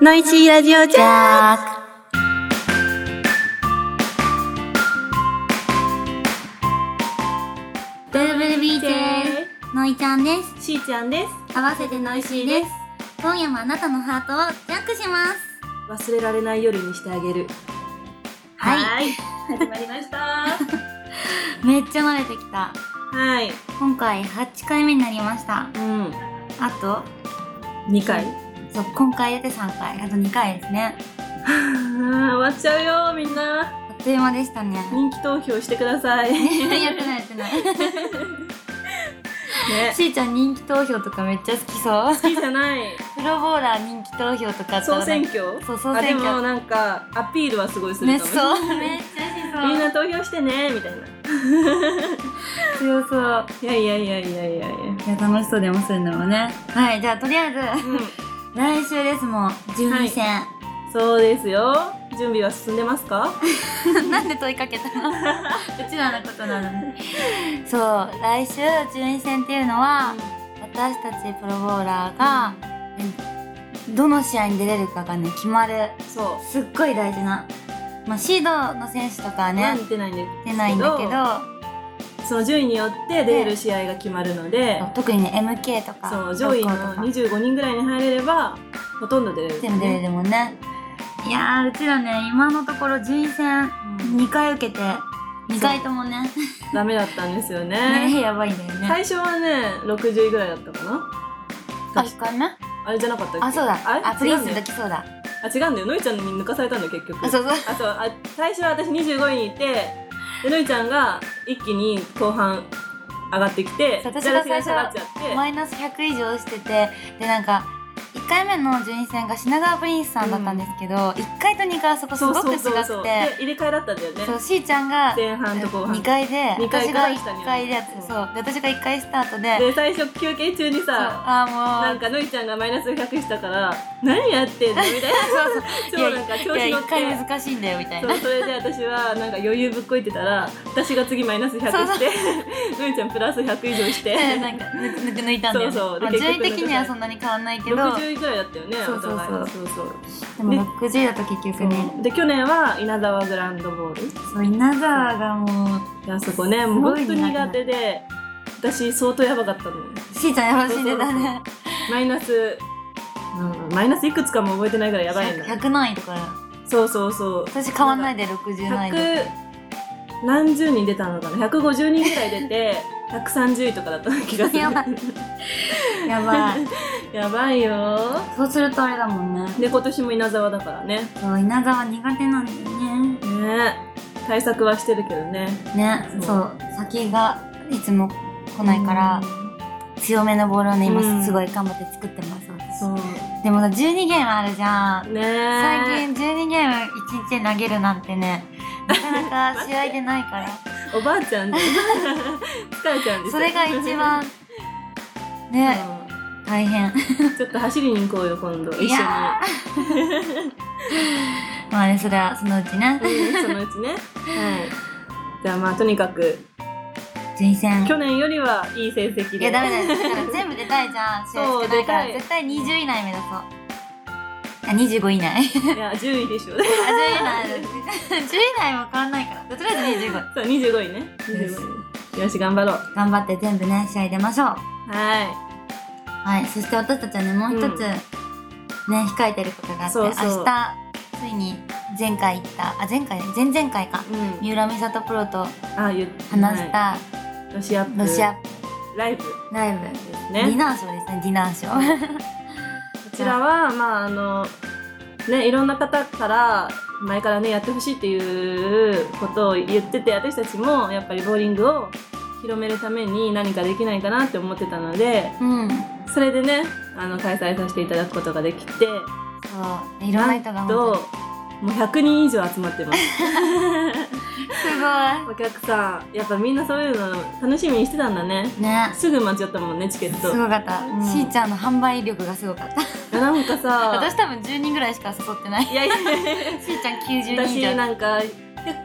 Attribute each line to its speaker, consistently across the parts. Speaker 1: ノイシーラジオジャーク。
Speaker 2: ブルブルビーですのいちゃんです
Speaker 1: しーちゃんです。
Speaker 2: 合わせてノイシーです今夜もあなたのハートをジャックします
Speaker 1: 忘れられない夜にしてあげる。
Speaker 2: はい
Speaker 1: ーい。始まりました。 は
Speaker 2: めっちゃ慣れてきた
Speaker 1: い。
Speaker 2: 今回8回目になりました
Speaker 1: うん。
Speaker 2: あと
Speaker 1: 二回。
Speaker 2: そう今回やって3回あと2回ですね
Speaker 1: 終わっちゃうよ、みんな。
Speaker 2: あっという間でした ね
Speaker 1: 人気投票してください。
Speaker 2: やってないやってない
Speaker 1: ね。
Speaker 2: しーちゃん人気投票とかめっちゃ好きそう
Speaker 1: 好きじゃない。
Speaker 2: プロボーラー人気投票とかあったら
Speaker 1: 総選挙
Speaker 2: そう総
Speaker 1: あ、で
Speaker 2: 選
Speaker 1: も
Speaker 2: 挙
Speaker 1: なんか、アピールはすご いす
Speaker 2: ね
Speaker 1: るかも。
Speaker 2: そうめっちゃしそう
Speaker 1: みんな投票してね、みたいな。い
Speaker 2: 強そう
Speaker 1: やいやいやいやいやいや。
Speaker 2: いや楽しそうでもするんだろうねはいじゃあとりあえず
Speaker 1: うん。
Speaker 2: 来週ですもん順位戦、
Speaker 1: そうですよ。準備は進んでますか
Speaker 2: なんで問いかけたのうちらのことなのにそう来週順位戦っていうのは私たちプロボーラーが、ねどの試合に出れるかがね決まる
Speaker 1: そ
Speaker 2: すっごい大事な、まあ、シードの選手とかは
Speaker 1: う。ね、
Speaker 2: ね
Speaker 1: 出てないんで
Speaker 2: 出ないんだ
Speaker 1: け
Speaker 2: け
Speaker 1: ど
Speaker 2: ど
Speaker 1: その順位によって出れる試合が決まるので、
Speaker 2: 特にね MK とか
Speaker 1: そう上位の
Speaker 2: ロッコとか
Speaker 1: 25人ぐらいに入れればほとんど出れる、
Speaker 2: 全部出れるもんねいやーうちらね今のところ順位戦
Speaker 1: うん
Speaker 2: 2回受けて2回ともね
Speaker 1: ダメだったんですよね
Speaker 2: ね やばいんだよね
Speaker 1: 最初はね60位ぐらいだったかな
Speaker 2: あ、一回目
Speaker 1: あれじゃなかったっけ
Speaker 2: あ、そうだ。
Speaker 1: あ
Speaker 2: あ、プ
Speaker 1: れ
Speaker 2: リ
Speaker 1: 違
Speaker 2: ン
Speaker 1: うん
Speaker 2: ス
Speaker 1: だ
Speaker 2: の
Speaker 1: よ
Speaker 2: 時そうだ。
Speaker 1: あ違うんだよのいちゃんに抜かされたんだよ結局
Speaker 2: あ、そうそう。
Speaker 1: あそうあ最初は私25位にいてでのいちゃんが一気に後半上がってきて
Speaker 2: そう私
Speaker 1: じゃあ
Speaker 2: が
Speaker 1: 私が下がっちゃっ
Speaker 2: マイナス100以上してて、で、なんか、1回目の順位戦が品川プリンスさんだったんですけど、1回と2回はそこ
Speaker 1: て
Speaker 2: すごく違
Speaker 1: そうそうそうそう
Speaker 2: く
Speaker 1: で
Speaker 2: て、
Speaker 1: 入れ替えだったんだよね
Speaker 2: そう、しーちゃんが
Speaker 1: 前半と後半
Speaker 2: 2回で、
Speaker 1: 二回
Speaker 2: 私が1回で
Speaker 1: 下に、
Speaker 2: そう、で、私が1回スタートで、
Speaker 1: で最初休憩中に
Speaker 2: そう
Speaker 1: さな
Speaker 2: あー、
Speaker 1: ん
Speaker 2: もう、
Speaker 1: かのいちゃんがマイナス100したから何やってんの みたいな超なんか調
Speaker 2: い
Speaker 1: 子
Speaker 2: や、
Speaker 1: 乗っ
Speaker 2: 1回
Speaker 1: て
Speaker 2: 難しいんだよ、みたい
Speaker 1: そ
Speaker 2: な
Speaker 1: う。それで私はなんか余裕ぶっこいてたら私が次マイナス100
Speaker 2: そうそう
Speaker 1: してのいちゃんプラス100以上して
Speaker 2: なんか、抜く抜いたんだよね。
Speaker 1: そうそうで
Speaker 2: まあ
Speaker 1: 結
Speaker 2: 順
Speaker 1: 局
Speaker 2: 位的にはそんなに変わんないけど、
Speaker 1: 60位ぐらいだったよね
Speaker 2: そうそうそう
Speaker 1: お互いそうそう
Speaker 2: でも60だと結局ね、
Speaker 1: で去年は稲沢グランドボール
Speaker 2: そう、稲沢がもう、
Speaker 1: であそこね
Speaker 2: す
Speaker 1: もう
Speaker 2: ごい
Speaker 1: 本当に苦手で私相当やばかったのよ
Speaker 2: しーちゃんよろしいでたね。
Speaker 1: マイナス、うん、マイナスいくつかも覚えてないぐらいやばいんだ
Speaker 2: 100何位とか。
Speaker 1: そうそうそう
Speaker 2: 私変わんないで60何位とか。
Speaker 1: 100何十人出たのかな150人ぐらい出 て130位とかだった気がする
Speaker 2: やばいやばい。
Speaker 1: やばいよ
Speaker 2: そうするとあれだもんね。
Speaker 1: で今年も稲沢だからね
Speaker 2: そう、稲沢苦手なんだよね。
Speaker 1: ね対策はしてるけどね
Speaker 2: ね、
Speaker 1: そう
Speaker 2: そう、先がいつも来ないから、強めのボールをね、
Speaker 1: うん
Speaker 2: 今すごい頑張って作ってます、私
Speaker 1: そう
Speaker 2: でもさ、12ゲームあるじゃん。
Speaker 1: ね
Speaker 2: 最近12ゲーム1日で投げるなんてね、なかなか試合でない から。
Speaker 1: おばあち ゃんで疲れちゃうんです
Speaker 2: そ
Speaker 1: よ
Speaker 2: れが一番、ね、大変。
Speaker 1: うんちょっと走りに行こうよ今度一緒
Speaker 2: い
Speaker 1: に
Speaker 2: やまあね、それはそのうちね。
Speaker 1: うんそのうちねはいじゃあまあとにかく
Speaker 2: 順位戦。
Speaker 1: 去年よりはいい成績
Speaker 2: い
Speaker 1: で
Speaker 2: や、ダメだよ。だから全部出たいじゃん。試合
Speaker 1: そう
Speaker 2: 少な
Speaker 1: 出
Speaker 2: いか
Speaker 1: たい
Speaker 2: ら。絶対20位以内目指そう。あ、25 位以内。あ、10
Speaker 1: いや10位でしょ
Speaker 2: 位以内。10位以内も変わんないから。とりあえず25位。
Speaker 1: そう、25位ね。25位。よし、頑張ろう。
Speaker 2: 頑張って全部ね、試合出ましょう。
Speaker 1: は
Speaker 2: はい。そして私たちはね、もう一つ、
Speaker 1: うん
Speaker 2: ね、控えてることがあって、
Speaker 1: そうそう
Speaker 2: 明日、ついに前回行った、あ、前回ね、前々回か。
Speaker 1: い。うん。
Speaker 2: 三浦美里プロと
Speaker 1: あ、言っ
Speaker 2: 話し。
Speaker 1: は
Speaker 2: た
Speaker 1: いロシアップ。
Speaker 2: ロシア
Speaker 1: ライブ
Speaker 2: ライブ、
Speaker 1: です
Speaker 2: ディ
Speaker 1: ね。
Speaker 2: ナーショーですね、ディナーショ ー。
Speaker 1: こちらは、まあ、あの、ね、いろんな方から、前からね、やってほしいっていうことを言ってて、私たちも、やっぱりボーリングを広めるために何かできないかなって思ってたので、
Speaker 2: うん。
Speaker 1: それでね、あの、開催させていただくことができて、
Speaker 2: そう。いろんな人が
Speaker 1: ん
Speaker 2: 本
Speaker 1: と
Speaker 2: 当に、
Speaker 1: もう100人以上集まってます。
Speaker 2: すご
Speaker 1: お客さん、やっぱみんなそういうの楽しみにしてたんだね。
Speaker 2: い。ね。
Speaker 1: すぐ待っちゃったもんねチケッ
Speaker 2: す
Speaker 1: ト
Speaker 2: ごかった、
Speaker 1: うん
Speaker 2: しーちゃんの販売力がすごかった
Speaker 1: なんかさ
Speaker 2: 私多分10人ぐらいしか誘っ てないし
Speaker 1: いやいや
Speaker 2: ーちゃん90人
Speaker 1: 私
Speaker 2: じゃん
Speaker 1: なんか結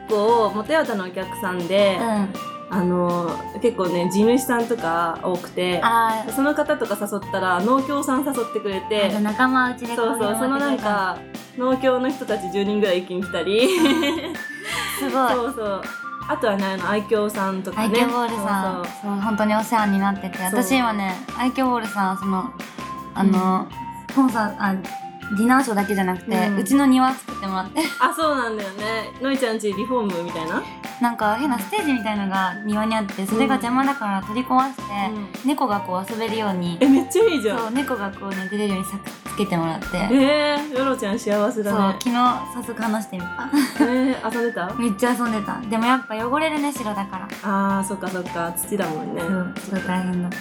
Speaker 1: 構元ヤタのお客さんで、
Speaker 2: うん
Speaker 1: あの結構ね地主さんとか多くて
Speaker 2: あー
Speaker 1: その方とか誘ったら農協さん誘ってくれて
Speaker 2: あと仲間内でこい
Speaker 1: そう
Speaker 2: の
Speaker 1: そうそのなんか農協の人たち10人ぐらい一気に来たり
Speaker 2: すご い
Speaker 1: そうそうあとはねあの愛嬌さんとか
Speaker 2: 愛
Speaker 1: ね
Speaker 2: 嬌ボールさん
Speaker 1: そう
Speaker 2: そう本当にお世話になってて
Speaker 1: そう
Speaker 2: 私今ね愛嬌ボールさんそのあの、コンサあディナーショーだけじゃなくて、
Speaker 1: う
Speaker 2: うんちの庭作ってもらって
Speaker 1: そうあそうなんだよねのいちゃんちリフォームみたいな、
Speaker 2: なんか変なステージみたいのが庭にあってそれが邪魔だから取り壊して、
Speaker 1: うん
Speaker 2: 猫がこう遊べるように
Speaker 1: えめっちゃいいじゃ
Speaker 2: そ
Speaker 1: ん
Speaker 2: う猫がこうね出れるようにさつけてもらって、
Speaker 1: えー、よろちゃん幸せ
Speaker 2: そう
Speaker 1: だね
Speaker 2: 昨日早速話してみた
Speaker 1: えー、遊んでた
Speaker 2: めっちゃ遊んでたでもやっぱ汚れるね白だから
Speaker 1: あーそっかそっか土だもんね
Speaker 2: そうすごい大変だった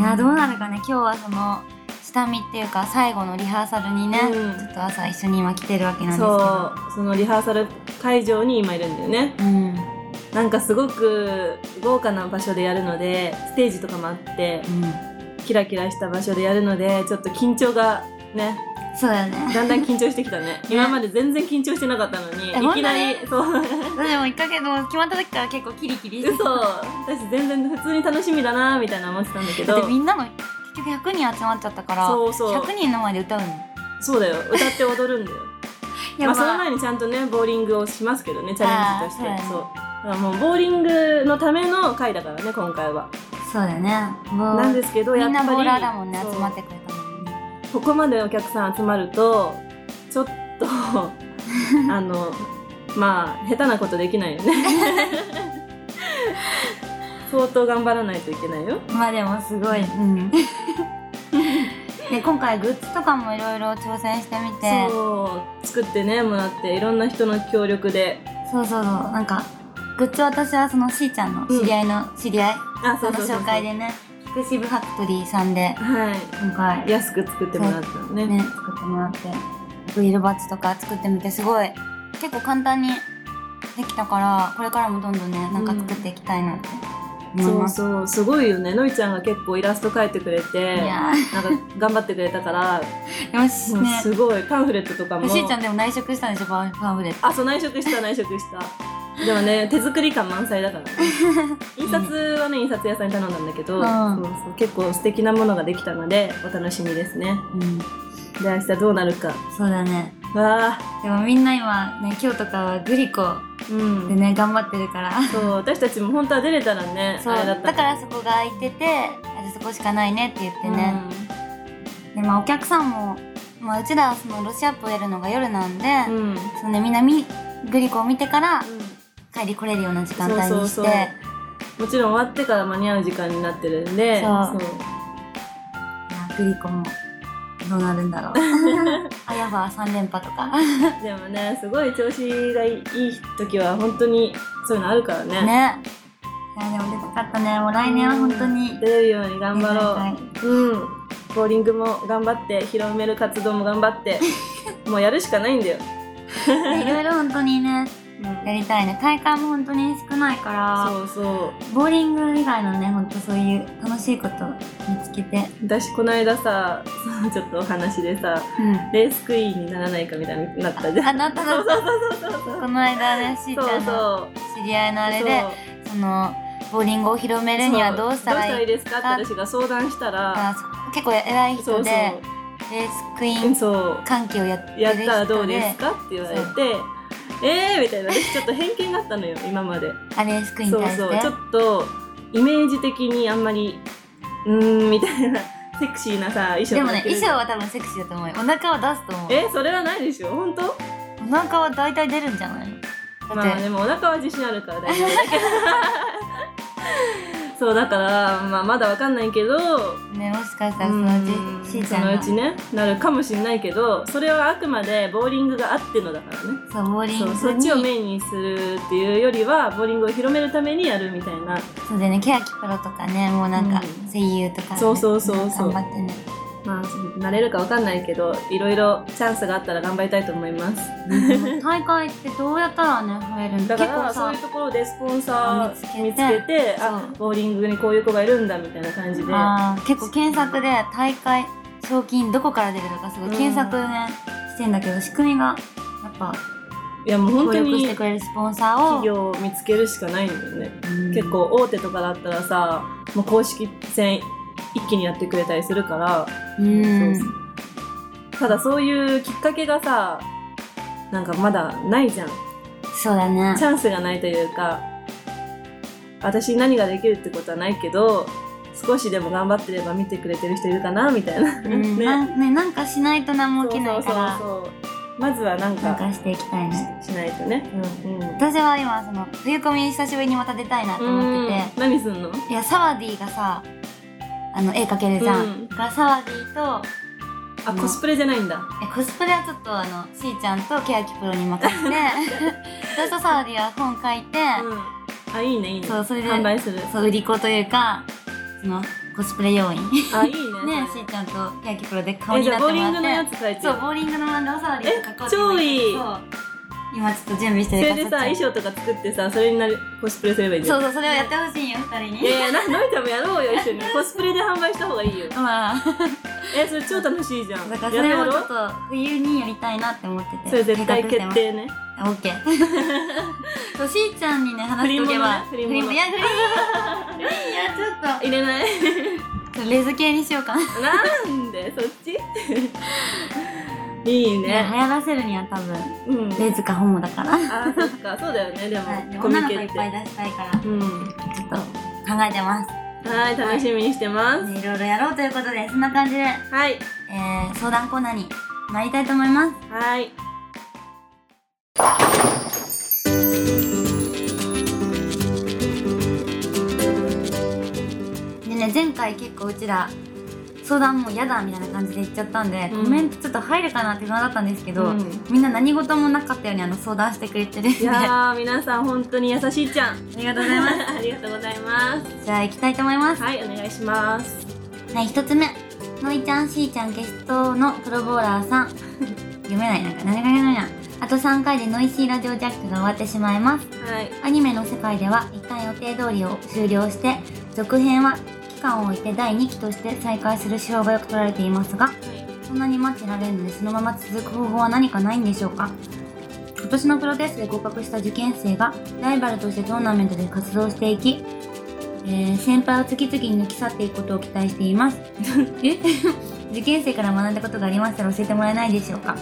Speaker 2: いやーどうなるかね今日はその下見っていうか最後のリハーサルにね、
Speaker 1: うん
Speaker 2: ちょっと朝一緒に今来てるわけなんですけど
Speaker 1: そうそのリハーサル会場に今いるんだよね
Speaker 2: うん、うん、
Speaker 1: なんかすごく豪華な場所でやるのでステージとかもあってキラキラした場所でやるのでちょっと緊張がね
Speaker 2: そうだよね
Speaker 1: だんだん緊張してきた ね今まで全然緊張してなかったのに
Speaker 2: え
Speaker 1: いきなりそう
Speaker 2: でも一ヶ月も決まった時から結構キリキリして
Speaker 1: 嘘私全然普通に楽しみだなみたいな思ってたんだけ
Speaker 2: だっ
Speaker 1: ど
Speaker 2: てみんなの結局100人集まっちゃったから
Speaker 1: そうそう
Speaker 2: 100人の前で歌うの
Speaker 1: そうだよ歌って踊るんだよまあ、その前にちゃんとねボーリングをしますけどねチャレンジとして
Speaker 2: あー
Speaker 1: そうだからもうボーリングのための回だからね今回は
Speaker 2: そうだよねもう
Speaker 1: なんですけど
Speaker 2: み
Speaker 1: やっ
Speaker 2: ん
Speaker 1: ぱ
Speaker 2: な
Speaker 1: り
Speaker 2: ボーラーだもんね
Speaker 1: そう
Speaker 2: 集まってくれたもんね
Speaker 1: ここまでお客さん集まるとちょ っとあのまあ下手なことできないよね 相当頑張らないといけないよ
Speaker 2: まあでもすごい、うん、 で今回グッズとかもいろいろ挑戦してみて
Speaker 1: そう作ってねもらっていろんな人の協力で
Speaker 2: そうそうそうなんかグッズ私はそのしーちゃんの知り合いの知り合い、
Speaker 1: あ
Speaker 2: その紹介でねピクシブファクトリーさんで
Speaker 1: は
Speaker 2: 今回
Speaker 1: い安く作ってもらったのね
Speaker 2: ね作ってもらってグリルバッジとか作ってみてすごい結構簡単にできたからこれからもどんどんねなんか作っていきたいなって思い
Speaker 1: そう
Speaker 2: ます、
Speaker 1: そうすごいよねのいちゃんが結構イラスト描いてくれて
Speaker 2: いや
Speaker 1: なんか頑張ってくれたから
Speaker 2: ーよし
Speaker 1: もう
Speaker 2: ね
Speaker 1: すごいパンフレットとかも
Speaker 2: しーちゃんでも内職したんでしょパンパンフレット
Speaker 1: あそう内職した内職したでもね手作り感満載だ から、ね、印刷はね印刷屋さんに頼んだんだけど、
Speaker 2: うん
Speaker 1: そうそう結構素敵なものができたのでお楽しみですね
Speaker 2: うん
Speaker 1: で明日どうなるか
Speaker 2: そうだね
Speaker 1: わあ
Speaker 2: でもみんな今ね今日とかはグリコ
Speaker 1: う
Speaker 2: で
Speaker 1: ん
Speaker 2: ね頑張ってるから
Speaker 1: そう私たちも本当は出れたらね
Speaker 2: そう
Speaker 1: あれだ
Speaker 2: だ
Speaker 1: った
Speaker 2: からそこが空いててあじゃあそこしかないねって言ってね、でまあお客さんも、まあ、うちらはそのロシアップをやるのが夜なんで、
Speaker 1: うん、うん
Speaker 2: そのねみんなみグリコを見てから帰り来れるような時間帯にして
Speaker 1: そうそうそうもちろん終わってから間に合う時間になってるんで
Speaker 2: そう
Speaker 1: そう
Speaker 2: まあグリコもどうなるんだ ろうあやば3連覇とか
Speaker 1: でもねすごい調子がいい時は本当にそういうのあるからね
Speaker 2: ねいやでも出たかったねもう来年は本当に、
Speaker 1: 出れるように頑張ろう、
Speaker 2: はい
Speaker 1: うん、ボーリングも頑張って広める活動も頑張って もうやるしかないんだよ、
Speaker 2: いろいろ本当にねやりたいね大会も本当に少ないから
Speaker 1: そうそう
Speaker 2: ボーリング以外のねほんとそういう楽しいこと見つけて、
Speaker 1: 私この間さ そのちょっとお話でさレースクイーンにならないかみたいになったじゃん
Speaker 2: あなたのこの間ねしー
Speaker 1: そう
Speaker 2: ち
Speaker 1: そ
Speaker 2: ゃ
Speaker 1: うん
Speaker 2: の知り合いのあれで
Speaker 1: そう
Speaker 2: そのボーリングを広めるにはどうしたらいい
Speaker 1: そうどうしたらいいですかって私が相談したら
Speaker 2: か結構偉い
Speaker 1: そ
Speaker 2: 人
Speaker 1: う
Speaker 2: で
Speaker 1: そ
Speaker 2: レースクイ
Speaker 1: う
Speaker 2: ーン
Speaker 1: そう
Speaker 2: 関係をやってる
Speaker 1: やっ
Speaker 2: 人で
Speaker 1: たらどうですかって言われてえーみたいな私ちょっと偏見だったのよ今まで
Speaker 2: あレースクイーンに
Speaker 1: そう
Speaker 2: 対して
Speaker 1: そうちょっとイメージ的にあんまりうーんみたいな セクシーなさ衣装
Speaker 2: でも
Speaker 1: とか
Speaker 2: ね
Speaker 1: 着てる
Speaker 2: 衣装は多分セクシーだと思うよお腹は出すと思う
Speaker 1: えそれはないでしょ本当
Speaker 2: お腹は大体出るんじゃないだ
Speaker 1: ま
Speaker 2: っ
Speaker 1: あ
Speaker 2: て
Speaker 1: でもお腹は自信あるから大丈夫だけど そうだから、まあ、まだわかんないけど
Speaker 2: ねもしかしたらその
Speaker 1: うん
Speaker 2: うちしーち
Speaker 1: そ
Speaker 2: ゃん
Speaker 1: のう
Speaker 2: が
Speaker 1: ちねなるかもしれないけどそれはあくまでボーリングがあってのだからね
Speaker 2: そうボーリング
Speaker 1: そうそ
Speaker 2: に
Speaker 1: っちをメインにするっていうよりはボーリングを広めるためにやるみたいな
Speaker 2: そうだよね、ケヤキプロとかね、もうなんか
Speaker 1: うん
Speaker 2: 声優とかね、
Speaker 1: そうそうそうそう
Speaker 2: 頑張ってね。
Speaker 1: まあ慣れるかわかんないけどいろいろチャンスがあったら頑張りたいと思います
Speaker 2: 大会ってどうやったらね、増えるん
Speaker 1: だ
Speaker 2: だ
Speaker 1: か
Speaker 2: 結構
Speaker 1: らそう
Speaker 2: さ
Speaker 1: いう、ところでスポンサー見
Speaker 2: 見
Speaker 1: つ
Speaker 2: つ
Speaker 1: け
Speaker 2: けて
Speaker 1: て
Speaker 2: そ
Speaker 1: あ
Speaker 2: う
Speaker 1: ボーリングにこういう子がいるんだみたいな感じで
Speaker 2: あー結構検索で大会賞金どこから出るのかすごい
Speaker 1: うん
Speaker 2: 検索ね、してんだけど、仕組みがやっぱ
Speaker 1: いやもう本
Speaker 2: 協
Speaker 1: 当
Speaker 2: 力し
Speaker 1: に
Speaker 2: てくれるスポンサーを
Speaker 1: 企業を見つけるしかないんだよね。
Speaker 2: うん
Speaker 1: 結構大手とかだったらさ、もう公式戦一気にやってくれたりするから、
Speaker 2: うん
Speaker 1: そうただそういうきっかけがさ、なんかまだないじゃん。
Speaker 2: そうだね
Speaker 1: チャンスがないというか、私に何ができるってことはないけど、少しでも頑張ってれば見てくれてる人いるかなみたいな。
Speaker 2: うんなねなんかしないと何も起きない
Speaker 1: そう
Speaker 2: から
Speaker 1: そうそうそうまずはなん
Speaker 2: な
Speaker 1: か
Speaker 2: んかしていきたいね
Speaker 1: ししないとね。うんうん。
Speaker 2: 私は今その冬コミ久しぶりにまた出たいなと思ってて
Speaker 1: 何すんの？
Speaker 2: いやサワディがさあの絵描けるじゃん、
Speaker 1: うん
Speaker 2: だからサワディと
Speaker 1: あ、
Speaker 2: うん
Speaker 1: コスプレじゃないんだ。
Speaker 2: えコスプレはちょっとあのしーちゃんとケヤキプロに 任せて私とサワディは本書いて、
Speaker 1: うん。あ、いいねいいね。
Speaker 2: そうそれで
Speaker 1: 販売する。
Speaker 2: そう売り子というかそのコスプレ要員ね
Speaker 1: あ、いいね。
Speaker 2: し
Speaker 1: それ
Speaker 2: ーちゃんとケヤキプロで顔
Speaker 1: え、
Speaker 2: に
Speaker 1: じゃ
Speaker 2: な
Speaker 1: あ
Speaker 2: っ
Speaker 1: ボ
Speaker 2: て
Speaker 1: ー
Speaker 2: も
Speaker 1: リ
Speaker 2: ら
Speaker 1: ン
Speaker 2: って
Speaker 1: グのやつ書いてる。
Speaker 2: そう、ボーリングの漫画をサワディと書こ
Speaker 1: え
Speaker 2: う
Speaker 1: 超いい
Speaker 2: そう今ちょっと準備し
Speaker 1: そ
Speaker 2: て
Speaker 1: れ
Speaker 2: る
Speaker 1: でさ、
Speaker 2: か
Speaker 1: 衣
Speaker 2: さ
Speaker 1: 装とか作ってさ、それになるコスプレすればいいん
Speaker 2: ち
Speaker 1: じゃ
Speaker 2: ゃん
Speaker 1: ん。
Speaker 2: そうそう、それをやってほしいよ、二人
Speaker 1: い
Speaker 2: に。
Speaker 1: やいや、な、のりちゃんもやろうよ、一緒に。コスプレで販売した方がいいよ。
Speaker 2: まあ、
Speaker 1: え、それ超楽しいじゃん。
Speaker 2: だからそ
Speaker 1: やろう
Speaker 2: れ
Speaker 1: や
Speaker 2: もち
Speaker 1: ろ
Speaker 2: ょっ
Speaker 1: う
Speaker 2: と冬にやりたいなって思ってて。
Speaker 1: それ絶対
Speaker 2: 計画
Speaker 1: 決
Speaker 2: して
Speaker 1: 定ね。
Speaker 2: ます。オッケー。 そう、しーちゃんにね、話しとけば。
Speaker 1: 不倫ものね不倫もの
Speaker 2: いや、不倫。不倫、いや、ちょっ
Speaker 1: 入れ ない
Speaker 2: と、ちょっとレズ系にしようかな。
Speaker 1: なんでそっち いい
Speaker 2: 流
Speaker 1: ね。
Speaker 2: 行らせるには多分、
Speaker 1: うん。
Speaker 2: レズかホモだから。は
Speaker 1: あ、そっか、そうだよね、でも
Speaker 2: い。
Speaker 1: コミ
Speaker 2: 女
Speaker 1: ケ
Speaker 2: の
Speaker 1: っ
Speaker 2: 子
Speaker 1: て
Speaker 2: いっぱい出したいから、ち
Speaker 1: うん。
Speaker 2: ょっと考えてます。
Speaker 1: はい、楽しみにしてます。
Speaker 2: ねいろいろやろうということで、そんな感じで、
Speaker 1: はい。
Speaker 2: えー、相談コーナーに参りたいと思います。
Speaker 1: はい。
Speaker 2: でね前回結構うちら相談も嫌だみたいな感じで言っちゃったんで、
Speaker 1: うん
Speaker 2: コメントちょっと入るかなって不安だったんですけど、
Speaker 1: うん
Speaker 2: みんな何事もなかったようにあの相談してくれてるんで
Speaker 1: い
Speaker 2: あ
Speaker 1: やー、皆さん本当に優しいちゃん。
Speaker 2: りがとうございま
Speaker 1: ありがとうございます。
Speaker 2: すじゃあ行きたいと思いますは
Speaker 1: はい、お願いします。
Speaker 2: い一つ目のいちゃんしーちゃんゲストのプロボーラーさん 読めないなんか何かないなあと3回でノイシーラジオジャックが終わってしまいます
Speaker 1: はい。
Speaker 2: アニメの世界では一旦予定通りを終了して続編は期間を置いて第2期として再開する手法がよく取られていますがそんなに待ってられるのでそのまま続く方法は何かないんでしょうか今年のプロテストで合格した受験生がライバルとしてトーナメントで活動していき、えー先輩を次々に抜き去っていくことを期待しています え 受験生から学んだことがありましたら教えてもらえないでしょうか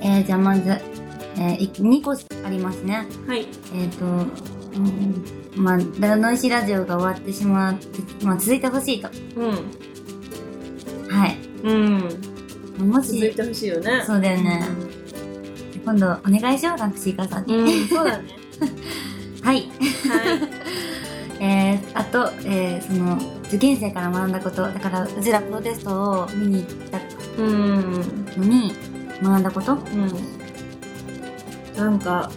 Speaker 2: えーじゃあまず、え2個ありますね
Speaker 1: はい。
Speaker 2: えっ、と、うんまあ、ダノイシラジオが終わってしまって、まあ、続いてほしいと。
Speaker 1: う
Speaker 2: はい。
Speaker 1: ん。うん。
Speaker 2: も
Speaker 1: 続い
Speaker 2: し、
Speaker 1: てほしいよね。
Speaker 2: そうだよね。今度、お願いしよう、なんかシーカーさんに。
Speaker 1: うん、そうだね。
Speaker 2: はい。
Speaker 1: は
Speaker 2: えー、あと、えー、その、受験生から学んだこと、だから、うちらプロテストを見に行った
Speaker 1: い。うん。
Speaker 2: のに、学んだこと
Speaker 1: うん。なんか、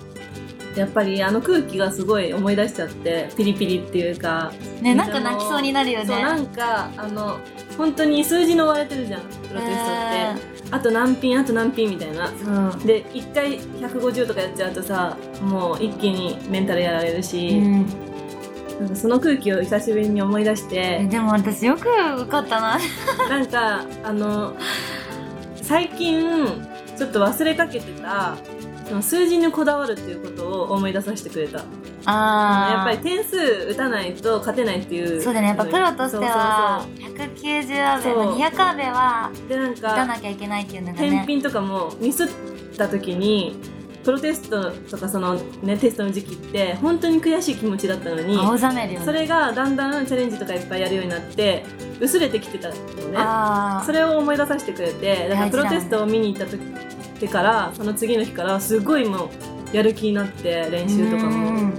Speaker 1: やっぱりあの空気がすごい思い出しちゃって、ピリピリっていうか、
Speaker 2: ね、なんか泣きそうになるよね。
Speaker 1: そう、なんか、あの、本当に数字の割れてるじゃん、プロテストって。あと何品、あと何品みたいな。
Speaker 2: えーそう。
Speaker 1: で1回150とかやっちゃうとさもう一気にメンタルやられるし、
Speaker 2: うん
Speaker 1: なんかその空気を久しぶりに思い出し
Speaker 2: え、
Speaker 1: て
Speaker 2: でも私よく受かったな。
Speaker 1: なんかあの最近ちょっと忘れかけてたその数字にこだわるっていうことを思い出させてくれた
Speaker 2: あー
Speaker 1: やっぱり点数打たないと勝てないっていう
Speaker 2: そうだね、やっぱプロとしては
Speaker 1: そう
Speaker 2: 190アベ、
Speaker 1: そう
Speaker 2: 200アベは
Speaker 1: そうそうでなん
Speaker 2: 打た
Speaker 1: か
Speaker 2: なきゃいけないっていうのが
Speaker 1: 返
Speaker 2: ね。
Speaker 1: 品とかもミスった時にプロテストとかその、ね、テストの時期って本当に悔しい気持ちだったのに
Speaker 2: 青ざめるよね。
Speaker 1: それがだんだんチャレンジとかいっぱいやるようになって薄れてきてたのね
Speaker 2: あ
Speaker 1: それを思い出させてくれてだから
Speaker 2: 大事
Speaker 1: プ
Speaker 2: だ
Speaker 1: ロ
Speaker 2: ね
Speaker 1: テストを見に行った時ってからその次の日からすごいもうやる気になって練
Speaker 2: れ
Speaker 1: 習とか
Speaker 2: う
Speaker 1: も
Speaker 2: ん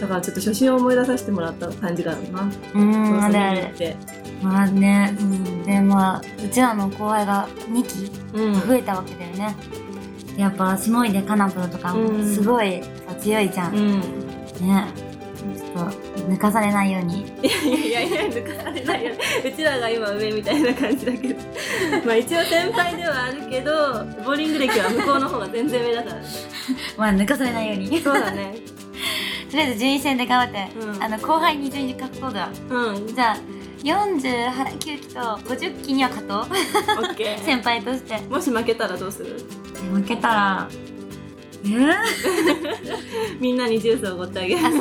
Speaker 1: だからちょっと初心を思い出させてもらった感じがあるな
Speaker 2: うん、あるあ
Speaker 1: 見に行っ。
Speaker 2: る
Speaker 1: て
Speaker 2: まあね、
Speaker 1: うん
Speaker 2: でまあうちらの後輩が2期
Speaker 1: うん
Speaker 2: 増えたわけだよね。やっぱすごいでカナプロとか
Speaker 1: う
Speaker 2: も
Speaker 1: ん
Speaker 2: すごい強いじゃん。
Speaker 1: う
Speaker 2: ね、
Speaker 1: ん
Speaker 2: ちょっと抜かされないように。
Speaker 1: いやいやいや抜かされないようちらが今上みたいな感じだけど まあ一応先輩ではあるけどボーリング歴は向こうの方が全然上だからね
Speaker 2: まあ抜かされない ように。
Speaker 1: そうだね
Speaker 2: とりあえず順位戦で頑張って、
Speaker 1: うん
Speaker 2: あの後輩に順位格闘だ。
Speaker 1: うん
Speaker 2: じゃあ49期と50期には 勝とう
Speaker 1: オッケー
Speaker 2: 先輩として
Speaker 1: もし負けたらどうする
Speaker 2: 負けたらね
Speaker 1: みんなにジュースをおごってあげる
Speaker 2: あ、 そ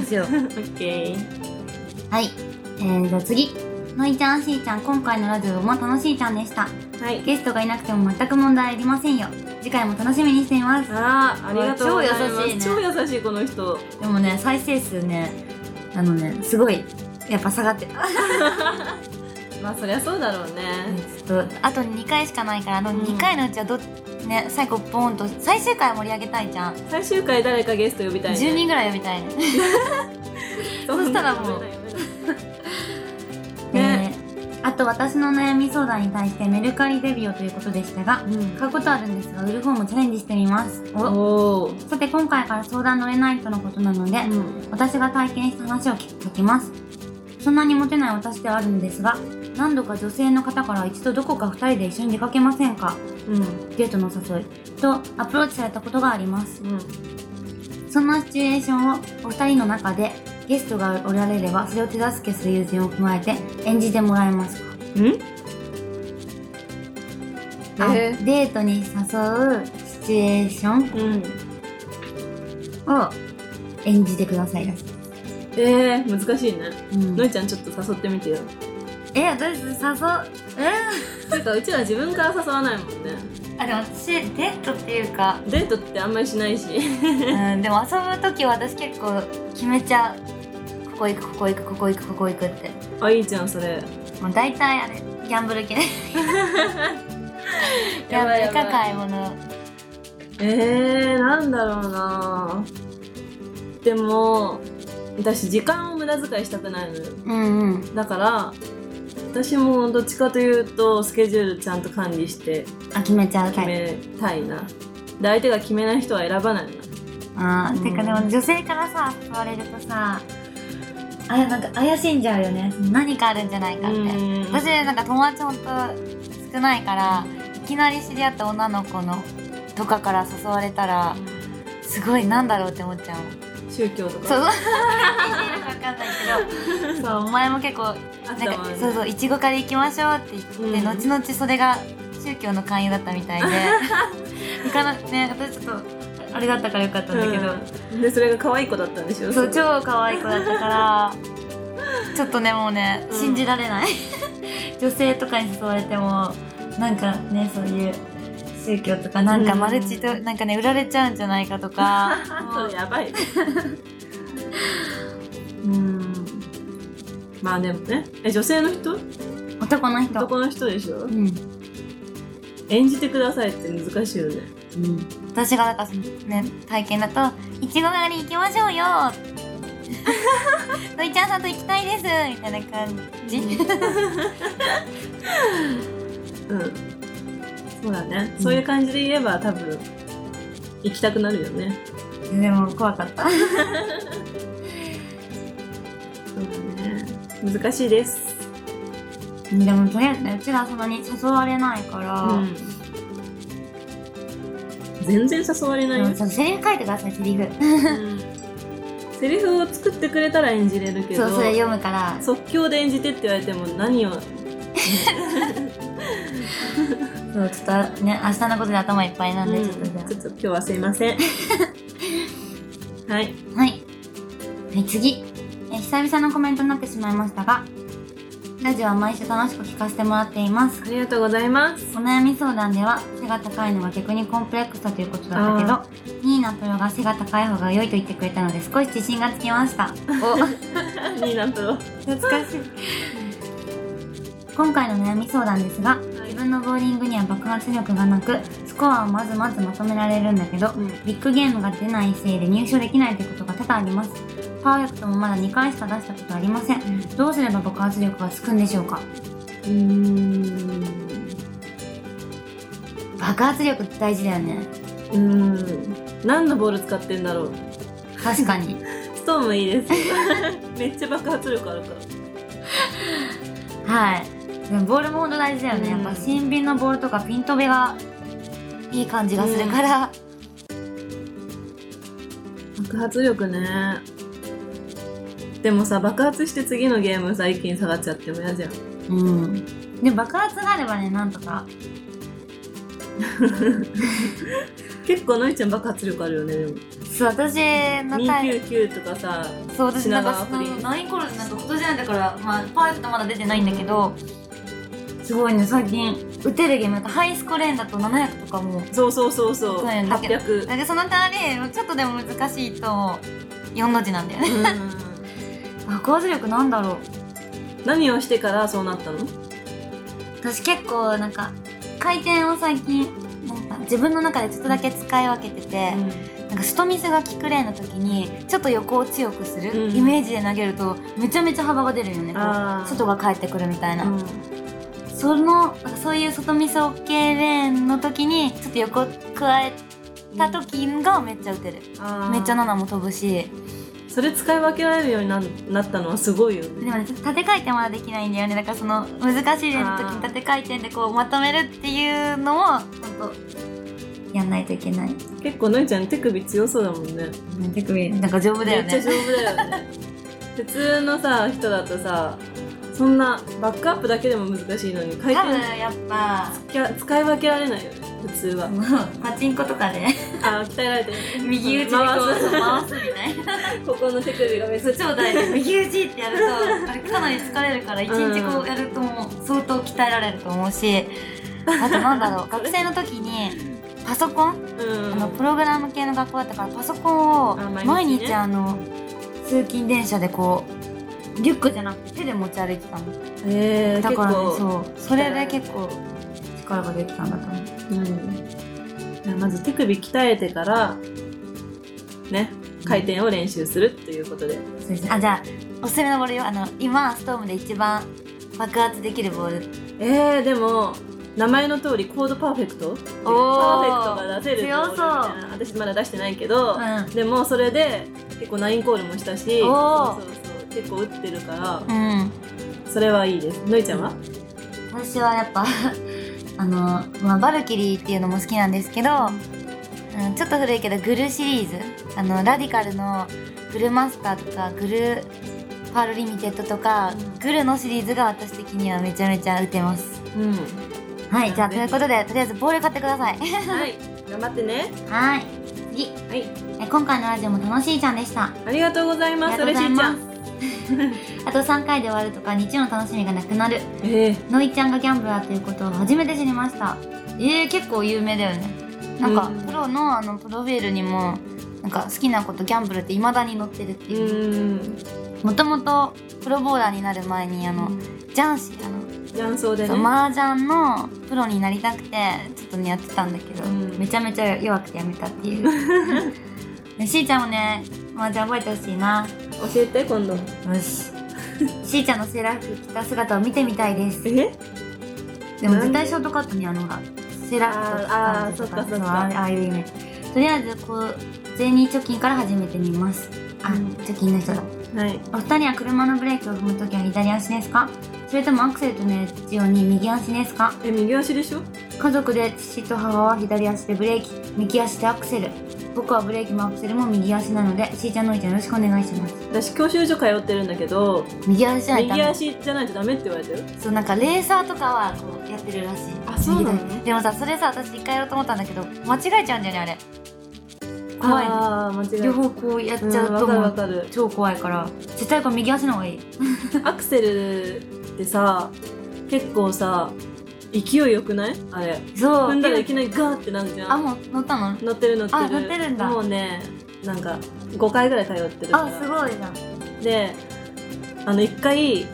Speaker 2: うしよう。そうし よう。
Speaker 1: オッケー
Speaker 2: はい。えー、じゃあ次。のいちゃん、しーちゃん、今回のラジオも楽しいちゃんでした。
Speaker 1: はい
Speaker 2: ゲストがいなくても全く問題ありませんよ。次回も楽しみにしています。
Speaker 1: あーありがとうございます
Speaker 2: 超優しいね
Speaker 1: 超優しいこの人
Speaker 2: でもね、再生数ね、あのね、すごい、やっぱ下がってる。
Speaker 1: まあそりゃそうだろうね、
Speaker 2: ちょっと、あと2回しかないから、あの、
Speaker 1: うん
Speaker 2: 2回のうちはど、ね、最後ボーンと、最終回盛り上げたいじゃん。
Speaker 1: 最終回誰かゲスト呼びたい、ね、
Speaker 2: 10人ぐらい呼びたいね。
Speaker 1: んな
Speaker 2: そしたらも
Speaker 1: 呼
Speaker 2: う
Speaker 1: べない呼べない
Speaker 2: ね
Speaker 1: ね
Speaker 2: あと私の悩み相談に対してメルカリデビューをということでしたが買うことあるんですが売る方もチャレンジしてみますお
Speaker 1: おお、
Speaker 2: さて今回から相談乗れないとのことなので、
Speaker 1: うん、
Speaker 2: 私が体験した話を聞きますそんなにモテない私ではあるのですが何度か女性の方から一度どこか2人で一緒に出かけませんか
Speaker 1: うん
Speaker 2: デートのお誘いとアプローチされたことがあります
Speaker 1: うん
Speaker 2: そんなシチュエーションをお二人の中でゲストがおられればそれを手助けする友人を踏まえて演じてもらえますか
Speaker 1: うん
Speaker 2: あ
Speaker 1: え
Speaker 2: デートに誘うシチュエーション
Speaker 1: うん
Speaker 2: を演じてくださいです、
Speaker 1: えー、難しいね
Speaker 2: うん
Speaker 1: のいちゃんちょっと誘ってみてよ
Speaker 2: え私誘うえ
Speaker 1: ていうかうちら自分から誘わないもんね
Speaker 2: あでも私デートっていう か、
Speaker 1: デートってあんまりしない し
Speaker 2: うん、でも遊ぶ時は私結構決めちゃうここ行くここ行くここ行くここ行くって
Speaker 1: あいいじゃんそれ
Speaker 2: もう大体あれギャンブ ル系ギャ
Speaker 1: やばい
Speaker 2: ン
Speaker 1: や
Speaker 2: ブル
Speaker 1: ばい
Speaker 2: か買い物
Speaker 1: えー、なんだろうなでも私時間を無駄遣いしたくないのよ
Speaker 2: うんうん
Speaker 1: だから私もどっちかというとスケジュールちゃんと管理して
Speaker 2: あ決めちゃうタ
Speaker 1: 決
Speaker 2: イプ
Speaker 1: めたいな、で相手が決めない人は選ばないな
Speaker 2: あー
Speaker 1: うん
Speaker 2: てかでも女性からさ誘われるとさあれなんか怪しんじゃうよね何かあるんじゃないかって、
Speaker 1: うん
Speaker 2: 私なんか友達ほんと少ないからいきなり知り合った女の子のとかから誘われたらすごいなんだろうって思っちゃうもん
Speaker 1: 宗教とか
Speaker 2: そう何してるかわかんないけどそうお前も結構な
Speaker 1: あっ
Speaker 2: ん
Speaker 1: たわ
Speaker 2: か
Speaker 1: ね
Speaker 2: そうそういちごから行きましょうって言って、
Speaker 1: うん
Speaker 2: 後々それが宗教の勧誘だった みたいで他のね私ちょっとあれだったからよかったんだけど、
Speaker 1: うんでそれが可愛い子だったんでしょ
Speaker 2: そう超可愛い子だったからちょっとねもうね、
Speaker 1: うん
Speaker 2: 信じられない 女性とかに誘われてもなんかねそういう宗教とかなんか
Speaker 1: うん
Speaker 2: マルチと、なんかね売られちゃうんじゃないかとか
Speaker 1: それや ばいねうんまあでもねえ女性の人
Speaker 2: 男の人
Speaker 1: 男の人でしょ
Speaker 2: うん、
Speaker 1: 演じてくださいって難しいよね
Speaker 2: 私がなんかそのね体験だと「いちご狩り行きましょう よ」「のいちゃんさんと行きたいです」みたいな感じ、
Speaker 1: うんそうだね、そういう感じで言えば多分行きたくなるよね
Speaker 2: でも怖かった
Speaker 1: そうだね難しいです
Speaker 2: でもとりあえずねうちらそんなに誘われないから、
Speaker 1: うん全然誘われないよ、
Speaker 2: そうセリフ書いてくださいセリフ
Speaker 1: セリフを作ってくれたら演じれるけ
Speaker 2: そ
Speaker 1: ど
Speaker 2: うそれ読むからそ
Speaker 1: 即興で演じてって言われても何を
Speaker 2: うちょっとね明日のことで頭いっぱいなんで、
Speaker 1: うん
Speaker 2: ちょっとじゃ
Speaker 1: ちょっと今日はすいませ んはい
Speaker 2: あはい、はい、次え久々のコメントになってしまいましたがラジオは毎週楽しく聞かせてもらっています
Speaker 1: ありがとうございます
Speaker 2: お悩み相談では背が高いのが逆にコンプレックスだということだったけどニーナプロが背が高い方が良いと言ってくれたので少し自信がつきま したお
Speaker 1: ニーナプロ
Speaker 2: 懐かしい今回の悩み相談ですが自分のボーリングには爆発力がなくスコアをまずまずまとめられるんだけど
Speaker 1: うん
Speaker 2: ビッグゲームが出ないせいで入賞できないということが多々ありますパーフェクトもまだ2回しか出したことありませんどうすれば爆発力がつくんでしょうか
Speaker 1: うーん
Speaker 2: 爆発力って大事だよね
Speaker 1: うーん何のボール使ってんだろう
Speaker 2: 確かに
Speaker 1: ストームいいで すめっちゃ爆発力あるから
Speaker 2: はいでもボールも本当大事だよね、
Speaker 1: うん
Speaker 2: やっぱ新品のボールとかピント目がいい感じがするから、
Speaker 1: 爆発力ねでもさ爆発して次のゲーム最近下がっちゃっても嫌じゃん
Speaker 2: うんでも爆発があればねなんとか
Speaker 1: 結構のいちゃん爆発力あるよねでも
Speaker 2: そう私のタイ
Speaker 1: 299とかさ
Speaker 2: そう私なんか
Speaker 1: 品川プリン
Speaker 2: そのナインコロでなんか今年なんだからまあパーフェクトまだ出てないんだけどすごいね最近打てるゲームなんかハイスコレンだと700とかも
Speaker 1: そうそうそうそう
Speaker 2: そうやねだけど
Speaker 1: 800
Speaker 2: なんかその代わりちょっとでも難しいと4の字なんだよね
Speaker 1: うん
Speaker 2: 爆発力なんだろう
Speaker 1: 何をしてからそうなったの
Speaker 2: 私結構なんか回転を最近なんか自分の中でちょっとだけ使い分けてて、なんかストミスが効くレーンの時にちょっと横を強くする
Speaker 1: うん
Speaker 2: イメージで投げるとめちゃめちゃ幅が出るよねこ
Speaker 1: あー
Speaker 2: う外が返ってくるみたいな、
Speaker 1: うん
Speaker 2: そのなんかそういう外ミス OK レーンの時にちょっと横加えた時がめっちゃ打てる、
Speaker 1: あー
Speaker 2: めっちゃ7も飛ぶし
Speaker 1: それ使い分けられるようにななったのはすごいよ
Speaker 2: で
Speaker 1: ね
Speaker 2: もね縦回転まだできないんだよねだからその難しいレーンの時に縦回転でこうまとめるっていうのを本当やんないといけない
Speaker 1: 結構のいちゃん手首強そうだもんね
Speaker 2: 手首なんか丈夫だよ
Speaker 1: めっちゃ
Speaker 2: ね
Speaker 1: 丈夫だよね普通のさ人だとさそんなバックアップだけでも難しいのに回
Speaker 2: 多
Speaker 1: 転
Speaker 2: 分やっぱ
Speaker 1: きゃ使い分けられないよね普通は
Speaker 2: パチンコとかで
Speaker 1: あー鍛えら れてる
Speaker 2: 右打ちでこう
Speaker 1: 回す
Speaker 2: 回すみたいな
Speaker 1: ここの手首がめっち
Speaker 2: そ
Speaker 1: ゃ
Speaker 2: う超大事右打ちってやるとあれかなり疲れるから一日こうやるともう相当鍛えられると思うしあとなんだろう学生の時にパソコン
Speaker 1: うん
Speaker 2: あのプログラム系の学校だったからパソコンを
Speaker 1: あ毎日ね
Speaker 2: 毎日あの通勤電車でこうリュックじゃなくて手で持ち歩いてたの
Speaker 1: えー、
Speaker 2: だからね
Speaker 1: 結構
Speaker 2: そうそれで結構力ができたんだと思う
Speaker 1: うんじゃあまず手首鍛えてからね回転を練習するっていうことで
Speaker 2: そうですねあじゃあおすすめのボールよあの今ストームで一番爆発できるボール
Speaker 1: えー、でも名前の通りコードパーフェクトパーフェクトが出せるってことだよね私まだ出してないけど、
Speaker 2: う
Speaker 1: でもそれで結構ナインコールもしたし
Speaker 2: お
Speaker 1: そ
Speaker 2: ー
Speaker 1: うそうそう結構打ってるから、
Speaker 2: ん、うん、
Speaker 1: それはいいですのいちゃんは
Speaker 2: 私はやっぱ あの、まあ、バルキリーっていうのも好きなんですけど、うん、ちょっと古いけどグルシリーズあのラディカルのグルマスターとかグルパールリミテッドとか、
Speaker 1: うん
Speaker 2: グルのシリーズが私的にはめちゃめちゃ打てます
Speaker 1: う ん
Speaker 2: はいじゃあ
Speaker 1: ぜひ
Speaker 2: ということでとりあえずボール買ってください
Speaker 1: はい頑張ってね
Speaker 2: はい次
Speaker 1: はい
Speaker 2: え今回のラジオも楽しいちゃんでした
Speaker 1: ありがとうございます
Speaker 2: ありがとうござい
Speaker 1: 嬉しい
Speaker 2: ますあと3回で終わるとか日曜の楽しみがなくなる
Speaker 1: ちゃんええ
Speaker 2: のいちゃんがギャンブラーということを初めて知りましたえー、結構有名だよねなんか、
Speaker 1: うん
Speaker 2: プロのあのプロフィールにもなんか好きなことギャンブルっていまだに載ってるって
Speaker 1: う
Speaker 2: いう
Speaker 1: ーん
Speaker 2: もともとプロボーラーになる前にあのジャンシーあの、
Speaker 1: 雀荘で
Speaker 2: そ
Speaker 1: ね
Speaker 2: う麻雀のプロになりたくてちょっとねやってたんだけど、
Speaker 1: うん
Speaker 2: めちゃめちゃ弱くてやめたっていう ねしーちゃんもね麻雀覚えてほしいな
Speaker 1: 教えて今度
Speaker 2: よししーちゃんのセーラー服着た姿を見てみたいです
Speaker 1: え
Speaker 2: でも絶対ショートカットにあのほらセラッと
Speaker 1: あーあーそっかそっか
Speaker 2: うあああいうイメージとりあえずこう全員貯金から始めてみますあ、
Speaker 1: うん
Speaker 2: 貯金の人だ
Speaker 1: はい
Speaker 2: お二人は車のブレーキを踏むときは左足ですかそれともアクセルとのエッジ用に右足ですか
Speaker 1: え右足でしょ
Speaker 2: 家族で父と母は左足でブレーキ右足でアクセル僕はブレーキもアクセルも右足なのでしーちゃんのいちゃんよろしくお願いします
Speaker 1: 私教習所通ってるんだけど
Speaker 2: 右足じゃないとダ
Speaker 1: 右
Speaker 2: メ
Speaker 1: 足じゃないとダメって言われてる
Speaker 2: そうなんかレーサーとかはこうやってるらしい
Speaker 1: あそうなのね
Speaker 2: でもさそれさ私一回やろうと思ったんだけど間違えちゃうんだよねあれ怖いの
Speaker 1: ああ間違えた
Speaker 2: 両方こうやっち
Speaker 1: うん
Speaker 2: ゃうと
Speaker 1: わかる
Speaker 2: も
Speaker 1: わ
Speaker 2: う
Speaker 1: かる
Speaker 2: 超怖いから絶対これ右足の方がいい
Speaker 1: アクセルってさ結構さ勢いよくないあれ
Speaker 2: そう
Speaker 1: 踏んだらいきなりガーってなるじゃん
Speaker 2: あもう乗ったの
Speaker 1: 乗ってる乗ってる
Speaker 2: あ乗ってるんだ
Speaker 1: もうねなんか5回ぐらい通ってるから
Speaker 2: あすごいじゃん
Speaker 1: であの1回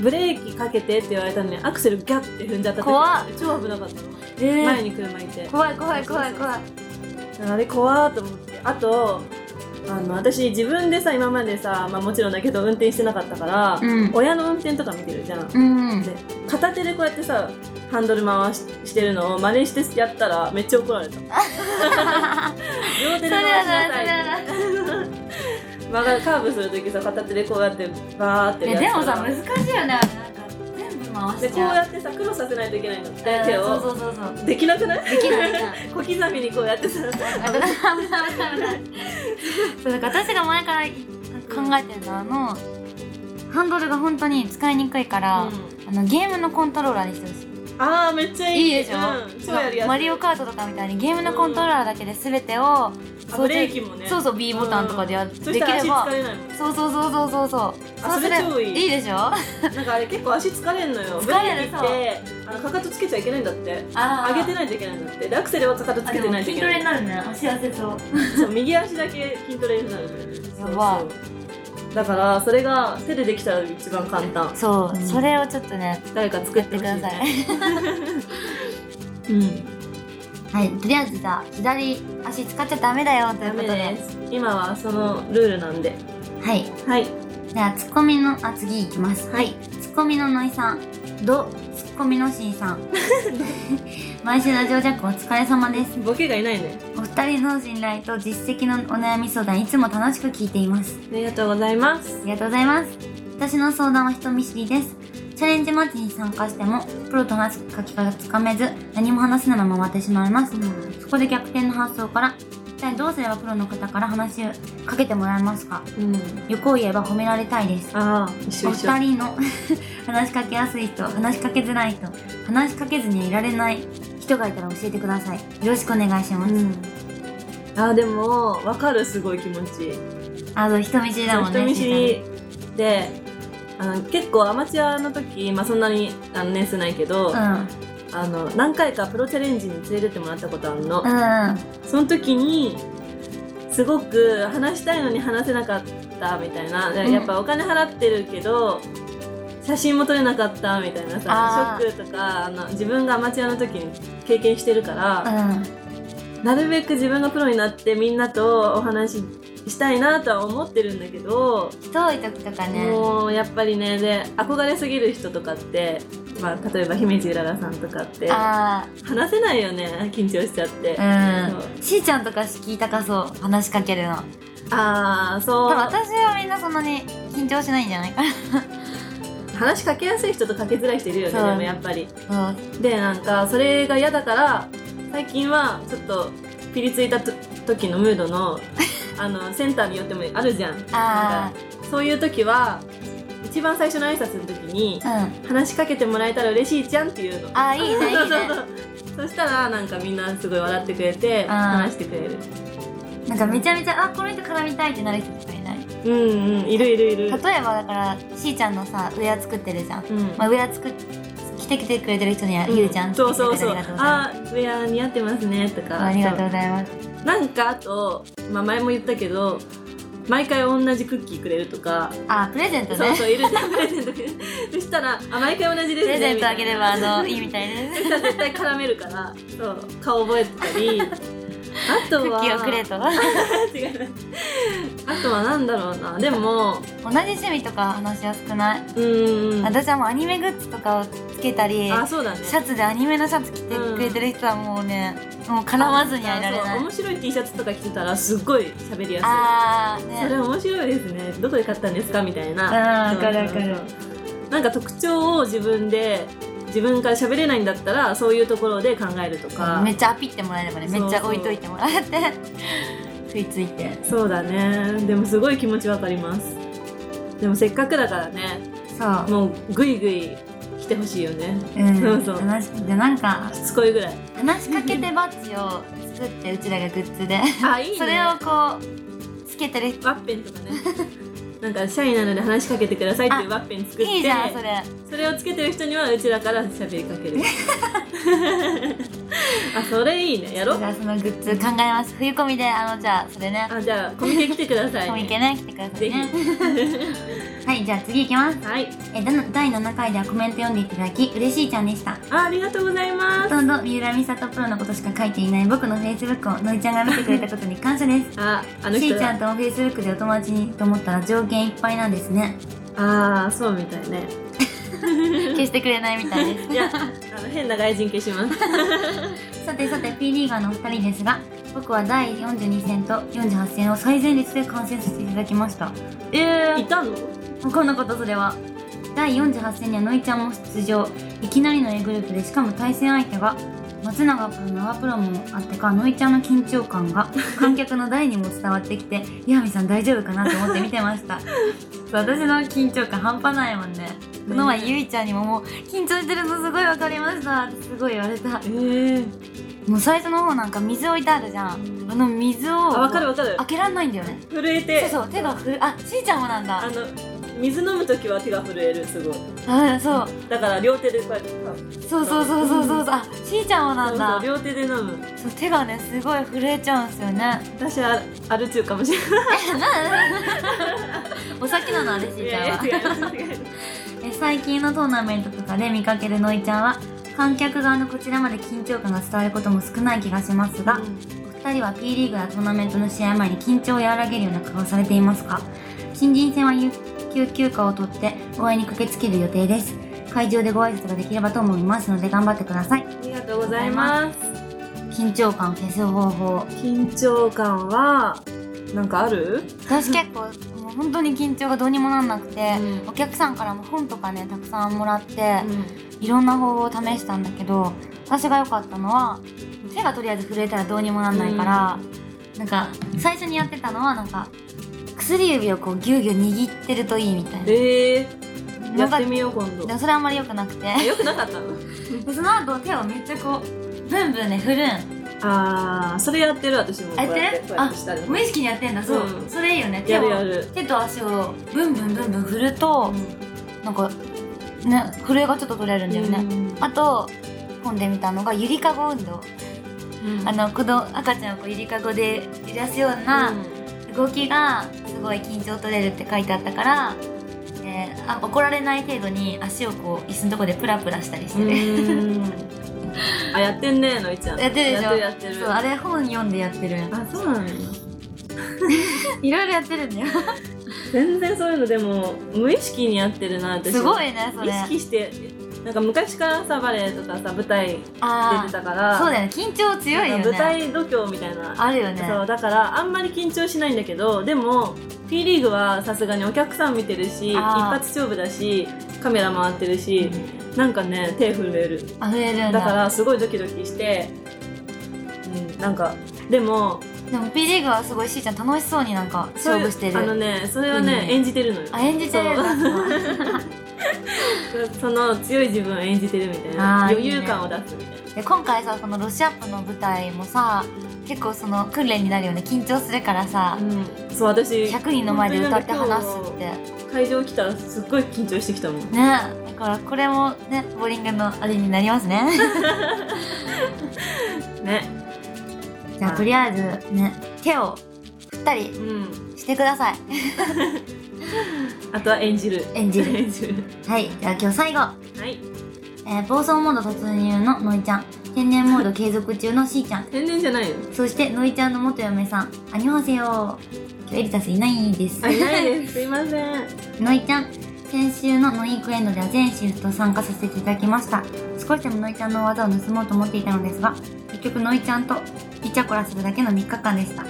Speaker 1: ブレーキかけてって言われたのにアクセルギャッて踏んじゃった時
Speaker 2: 怖っ
Speaker 1: 超危なかったの、
Speaker 2: え
Speaker 1: 前に車いて
Speaker 2: 怖い怖い怖い怖い
Speaker 1: あれ怖ーと思ってあとあの私自分でさ今までさ、まあ、もちろんだけど運転してなかったから、
Speaker 2: うん
Speaker 1: 親の運転とか見てるじゃん、
Speaker 2: うん
Speaker 1: で片手でこうやってさハンドル回ししてるのを真似してやったらめっちゃ怒られた 両手
Speaker 2: そ
Speaker 1: で回し
Speaker 2: れ
Speaker 1: なさ
Speaker 2: はな
Speaker 1: い
Speaker 2: それはな
Speaker 1: 曲がるカーブするときさ片手でこうやってバーって
Speaker 2: え
Speaker 1: や
Speaker 2: で
Speaker 1: った
Speaker 2: も
Speaker 1: ら
Speaker 2: さ難しいよねなんか全部回
Speaker 1: でこう
Speaker 2: しちゃ
Speaker 1: や
Speaker 2: う
Speaker 1: ってさクロスさせないといけないのって
Speaker 2: うん
Speaker 1: 手
Speaker 2: そ
Speaker 1: を
Speaker 2: うそうそうそう
Speaker 1: できなくない
Speaker 2: できないじゃん
Speaker 1: 小刻みにこうやってさ
Speaker 2: 危ない危ない危ない危ないそうだから私が前から考えてるのはあのハンドルが本当に使いにくいから、
Speaker 1: う
Speaker 2: あのゲームのコントローラーにしてほしい
Speaker 1: ああめっちゃいい
Speaker 2: いいでし
Speaker 1: う
Speaker 2: ょ、
Speaker 1: ん、超やりやすい
Speaker 2: マリオカートとかみたいにゲームのコントローラーだけで全てを
Speaker 1: あブレーキもね
Speaker 2: そうそう B ボタンとかでや、
Speaker 1: うん
Speaker 2: で
Speaker 1: そ
Speaker 2: き
Speaker 1: したら
Speaker 2: れ
Speaker 1: 足
Speaker 2: ば
Speaker 1: 疲れないもん
Speaker 2: そうそうそうそうそうそう
Speaker 1: あ
Speaker 2: うすれば
Speaker 1: それ超いい
Speaker 2: いいでしょあ
Speaker 1: なんかあれ結構足疲れんのよ
Speaker 2: 疲れる
Speaker 1: ブレーキってあのかかとつけちゃいけないんだって
Speaker 2: あ
Speaker 1: 上げてないといけないんだってでアクセルはかかとつけてないといけない
Speaker 2: なるね足痩せそう
Speaker 1: そう右足だけ筋トレになるそう
Speaker 2: やば
Speaker 1: そうだからそれが手でできたら一番簡単
Speaker 2: そう、
Speaker 1: うん
Speaker 2: それをちょっとね
Speaker 1: 誰か作
Speaker 2: や
Speaker 1: っ
Speaker 2: ってて
Speaker 1: ほし
Speaker 2: く
Speaker 1: い
Speaker 2: ださい
Speaker 1: うん
Speaker 2: はいとりあえずじゃあ左足使っちゃダメだよという
Speaker 1: ダ
Speaker 2: こと
Speaker 1: メ
Speaker 2: で
Speaker 1: です今はそのルールなんで
Speaker 2: はい
Speaker 1: はい
Speaker 2: じゃあツッコミのあ次いきます
Speaker 1: はい
Speaker 2: ツッコミののいさん
Speaker 1: ど
Speaker 2: ツッコミのしんさん 毎週ラジオジャックお疲れ様です
Speaker 1: ボケがいないね
Speaker 2: お二人の信頼と実績のお悩み相談いつも楽しく聞いています
Speaker 1: ありがとうございま
Speaker 2: あ
Speaker 1: す
Speaker 2: りがとうございます私の相談は人見知りですチャレンジマッチに参加してもプロと話す書き方がつかめず何も話せないまま終わってしまいますそこで逆転の発想から一体どうすればプロの方から話をかけてもらえますか
Speaker 1: うん
Speaker 2: 欲を言えば褒められたいです
Speaker 1: ああ一緒
Speaker 2: お
Speaker 1: 一緒
Speaker 2: 二人の 話しかけやすい人話しかけづらい人話しかけずにはいられない人がいたら教えてくださいよろしくお願いします、
Speaker 1: うん、あーでも分かるすごい気持ち
Speaker 2: あの人見知りだもんね
Speaker 1: 人見知りであの結構アマチュアの時、まあ、そんなにあの年数ないけど、
Speaker 2: うんう
Speaker 1: あ
Speaker 2: ん
Speaker 1: の何回かプロチャレンジに連れてってもらったことあるの、
Speaker 2: うん
Speaker 1: その時にすごく話したいのに話せなかったみたいな、
Speaker 2: うん
Speaker 1: やっぱお金払ってるけど写真も撮れなかったみたいなさ
Speaker 2: あー
Speaker 1: ショックとかあの自分がアマチュアの時に経験してるから、
Speaker 2: うん
Speaker 1: なるべく自分がプロになってみんなとお話ししたいなとは思ってるんだけど、
Speaker 2: 遠い時とかね
Speaker 1: もうやっぱりねで憧れすぎる人とかって、まあ、例えば姫路うららさんとかって
Speaker 2: あ
Speaker 1: 話せないよね緊張しちゃって、
Speaker 2: あ
Speaker 1: そう
Speaker 2: うんしーちゃんとか聞いたかそう話しかけるの
Speaker 1: ああ
Speaker 2: 多
Speaker 1: そ
Speaker 2: 分
Speaker 1: う
Speaker 2: 私はみんなそんなに緊張しないんじゃないか
Speaker 1: 話しかけやすい人とかけづらい人いるよね
Speaker 2: そ
Speaker 1: で
Speaker 2: う
Speaker 1: もやっぱり
Speaker 2: な
Speaker 1: でなんかそれが嫌だから最近はちょっとピリついたと時のムード のあのセンターによってもあるじゃん
Speaker 2: あ
Speaker 1: そういう時は一番最初の挨拶の時に
Speaker 2: あうん
Speaker 1: 話しかけてもらえたら嬉しいじゃんっていうの
Speaker 2: あーいいねいいね
Speaker 1: そしたらなんかみんなすごい笑ってくれて
Speaker 2: ん
Speaker 1: 話してくれる
Speaker 2: なんかめちゃめちゃあこの人絡みたいってなる人とかいない例
Speaker 1: うんうんいるいるいる
Speaker 2: えばだからしーちゃんのさウェア作ってるじゃん
Speaker 1: うん
Speaker 2: まあ、ウェア作っ来てきてくれてる人には言うじゃん、
Speaker 1: そうそうそう
Speaker 2: ありがとうございます
Speaker 1: あーウェア似合ってますねとか
Speaker 2: ありがとうございます
Speaker 1: そうなんかあと、まあ、前も言ったけど毎回同じクッキーくれるとか、
Speaker 2: あプレゼント
Speaker 1: そう
Speaker 2: ね
Speaker 1: そういるじゃんプ レゼントくれるそしたらあ毎回同じで
Speaker 2: プ
Speaker 1: すね
Speaker 2: レゼントあげれば
Speaker 1: みたいな
Speaker 2: あのいいみたいです
Speaker 1: 絶対絡めるからそう顔覚えてたりあ
Speaker 2: ク
Speaker 1: と
Speaker 2: ッ
Speaker 1: は
Speaker 2: キーをくれと
Speaker 1: 違うあとはなんだろうなでも
Speaker 2: 同じ趣味とか話しやすくない、
Speaker 1: うーん
Speaker 2: 私はもうアニメグッズとかをつけたり
Speaker 1: あそうだね
Speaker 2: シャツでアニメのシャツ着てくれてる人はもうね、もう絡まずにはいられ
Speaker 1: あ
Speaker 2: な
Speaker 1: そう
Speaker 2: い
Speaker 1: 面白い T シャツとか着てたらすっごい喋りやす
Speaker 2: あー
Speaker 1: いそれ
Speaker 2: ね
Speaker 1: 面白いですねどこで買ったんですかみたいな
Speaker 2: あーわかるわかる
Speaker 1: なんか特徴を自分で自分から喋れないんだったらそういうところで考えるとか
Speaker 2: めっちゃアピってもらえればねめっちゃ置いといてもら って食いついて
Speaker 1: そうだねでもすごい気持ちわかりますでもせっかくだからね
Speaker 2: そう
Speaker 1: もうぐいぐい来てほしいよね
Speaker 2: うん、
Speaker 1: そうそう
Speaker 2: 話しでなんか
Speaker 1: しつこいぐらい
Speaker 2: 話しかけてバッジを作ってうちらがグッズで
Speaker 1: あいいね
Speaker 2: それをこうつけてる
Speaker 1: ワッペンとかねなんか社員なので話しかけてくださいっていうワッペン作って
Speaker 2: いいじゃんそれ
Speaker 1: それをつけてる人にはうちらから喋りかけ るあそれいいねやろ
Speaker 2: じゃあそのグッズ考えます冬コミであのじゃあそれね
Speaker 1: あじゃあコミケ来てください、
Speaker 2: コ
Speaker 1: ね、
Speaker 2: ミケね来てくださ
Speaker 1: ぜ
Speaker 2: い
Speaker 1: ひ
Speaker 2: ね はいじゃあ次いきます
Speaker 1: はい
Speaker 2: えだの第7回ではコメント読んでいただき嬉しいちゃんでした
Speaker 1: あありがとうございます
Speaker 2: ほとんど三浦美里プロのことしか書いていない僕のフェイスブックをのりちゃんが見てくれたことに感謝 です
Speaker 1: ああの
Speaker 2: し
Speaker 1: 人
Speaker 2: ーちゃん
Speaker 1: だ
Speaker 2: ともフェイスブックでお友達にと思ったら条件いっぱいなんですね
Speaker 1: ああそうみたいね
Speaker 2: 消してくれないみたいです
Speaker 1: い やあの変な外人消します
Speaker 2: さてさて P リーガーのお二人ですが僕は第42戦と48戦を最前列で観戦させていただきましたえ
Speaker 1: いたの
Speaker 2: 分かんなかったそれは第48戦にはノイちゃんも出場いきなりの A グループでしかも対戦相手が松永プロ長プロもあってかのいちゃんの緊張感が観客の誰にも伝わってきて岩見さん大丈夫かなと思って見てましたそう私の緊張感半端ないもんねこの前ゆいちゃんにももう緊張してるのすごいわかりましたってすごい言われた
Speaker 1: えー、
Speaker 2: もう最初の方なんか水置いてあるじゃんあの水を
Speaker 1: あわかるわかる
Speaker 2: 開けらんないんだよね
Speaker 1: 震え
Speaker 2: そ
Speaker 1: て
Speaker 2: うそう手がふるあしーちゃんもなんだ
Speaker 1: あの水飲む時は手が震えるすごい
Speaker 2: あそう
Speaker 1: だから両手でこうやって
Speaker 2: そうそうそうそうそうそうあしーちゃんもなんだ
Speaker 1: 両手で飲む
Speaker 2: そう手がねすごい震えちゃうんですよね
Speaker 1: 私はアル中かもしれない
Speaker 2: お酒なのあれしー
Speaker 1: い
Speaker 2: ちゃん
Speaker 1: や
Speaker 2: はい
Speaker 1: や違います違います
Speaker 2: え最近のトーナメントとかで見かけるのいちゃんは観客側のこちらまで緊張感が伝わることも少ない気がしますが、お二人は P リーグやトーナメントの試合前に緊張を和らげるような顔をされていますか新人戦は有給休暇を取って応援に駆けつける予定です会場でご挨拶ができればと思いますので頑張ってください
Speaker 1: ありがとうございます
Speaker 2: 緊張感を消す方法
Speaker 1: 緊張感はなんかある
Speaker 2: 私結構もう本当に緊張がどうにもなんなくて、
Speaker 1: うん
Speaker 2: お客さんからも本とかねたくさんもらって、いろんな方法を試したんだけど私が良かったのは手がとりあえず震えたらどうにもなんないから、なんか最初にやってたのはなんか薬指をこうギュうギュう握ってるといいみたいな
Speaker 1: え
Speaker 2: の
Speaker 1: ー、
Speaker 2: が
Speaker 1: やってみよう今
Speaker 2: で
Speaker 1: 度
Speaker 2: もそれあんまり良くなくて
Speaker 1: よくなかったの
Speaker 2: でその後手をめっちゃこうブンブンね振るん
Speaker 1: あーそれやってる私もこうやって
Speaker 2: やってる
Speaker 1: こうやってしたり
Speaker 2: 無意識にやってんだそう、
Speaker 1: うん
Speaker 2: それいいよね手
Speaker 1: や
Speaker 2: を
Speaker 1: るやる
Speaker 2: 手と足をブンブンブンブン振ると、なんかね震えがちょっと取れるんだよね、あと本で見たのがゆりかご運動、あの子供赤ちゃんをこうゆりかごで揺らすような動きがすごい緊張取れるって書いてあったから、えーあ怒られない程度に足をこう椅子のとこでプラプラしたりしてる、
Speaker 1: あやってんねのいちゃん
Speaker 2: やってるでしょ
Speaker 1: やってる
Speaker 2: そう
Speaker 1: やっ
Speaker 2: あれ本読んでやってる
Speaker 1: てるあそうなの
Speaker 2: いろいろやってるんだよ
Speaker 1: 全然そういうのでも無意識にやってるな私
Speaker 2: すごいねそれ
Speaker 1: 意識してなんか昔からさバレエとかさ舞台出て
Speaker 2: あー
Speaker 1: たから
Speaker 2: そうだよね緊張強い
Speaker 1: なん
Speaker 2: よね
Speaker 1: か舞台度胸みたいな
Speaker 2: あるよね
Speaker 1: そうだからあんまり緊張しないんだけどでも P リーグはさすがにお客さん見てるし一
Speaker 2: あー
Speaker 1: 発勝負だしカメラ回ってるしなんかね手震える
Speaker 2: あふれるんだ
Speaker 1: だからすごいドキドキして、うん、なんかでも
Speaker 2: でも P リーグはすごいしーちゃん楽しそうになんか
Speaker 1: そう
Speaker 2: 勝
Speaker 1: いう
Speaker 2: 負して
Speaker 1: あの
Speaker 2: る
Speaker 1: ねそれはね、
Speaker 2: うん
Speaker 1: 演じてるのよ
Speaker 2: あ演じてるんだ
Speaker 1: その強い自分を演じてるみたいな
Speaker 2: あー
Speaker 1: 余裕感を出すみたいな
Speaker 2: で今回さそのロシアップの舞台もさ結構その訓練になるよね緊張するからさ、
Speaker 1: うん、そう私
Speaker 2: 100人の前で歌って
Speaker 1: 本当になん
Speaker 2: 話
Speaker 1: か
Speaker 2: す
Speaker 1: 今日
Speaker 2: ってね
Speaker 1: 会場来たらすっごい緊張してきたもん
Speaker 2: だからこれもねボーリングのあれになりますね
Speaker 1: ね
Speaker 2: じゃあとりあえずね手を振ったり
Speaker 1: うん
Speaker 2: してください
Speaker 1: あとは演じる
Speaker 2: 演 じる
Speaker 1: 演じる
Speaker 2: はいじゃあ今日最後、
Speaker 1: はい
Speaker 2: えー暴走モード突入ののいちゃん天然モード継続中のしーちゃん
Speaker 1: 天然じゃないの
Speaker 2: そしてのいちゃんの元嫁さんあにょはせよ今日エリタスいないです
Speaker 1: あいない ですすいません
Speaker 2: のいちゃん先週のノイークエンドでは全シフト参加させていただきました少しでものいちゃんの技を盗もうと思っていたのですが結局のいちゃんとイチャコラするだけの3日間でした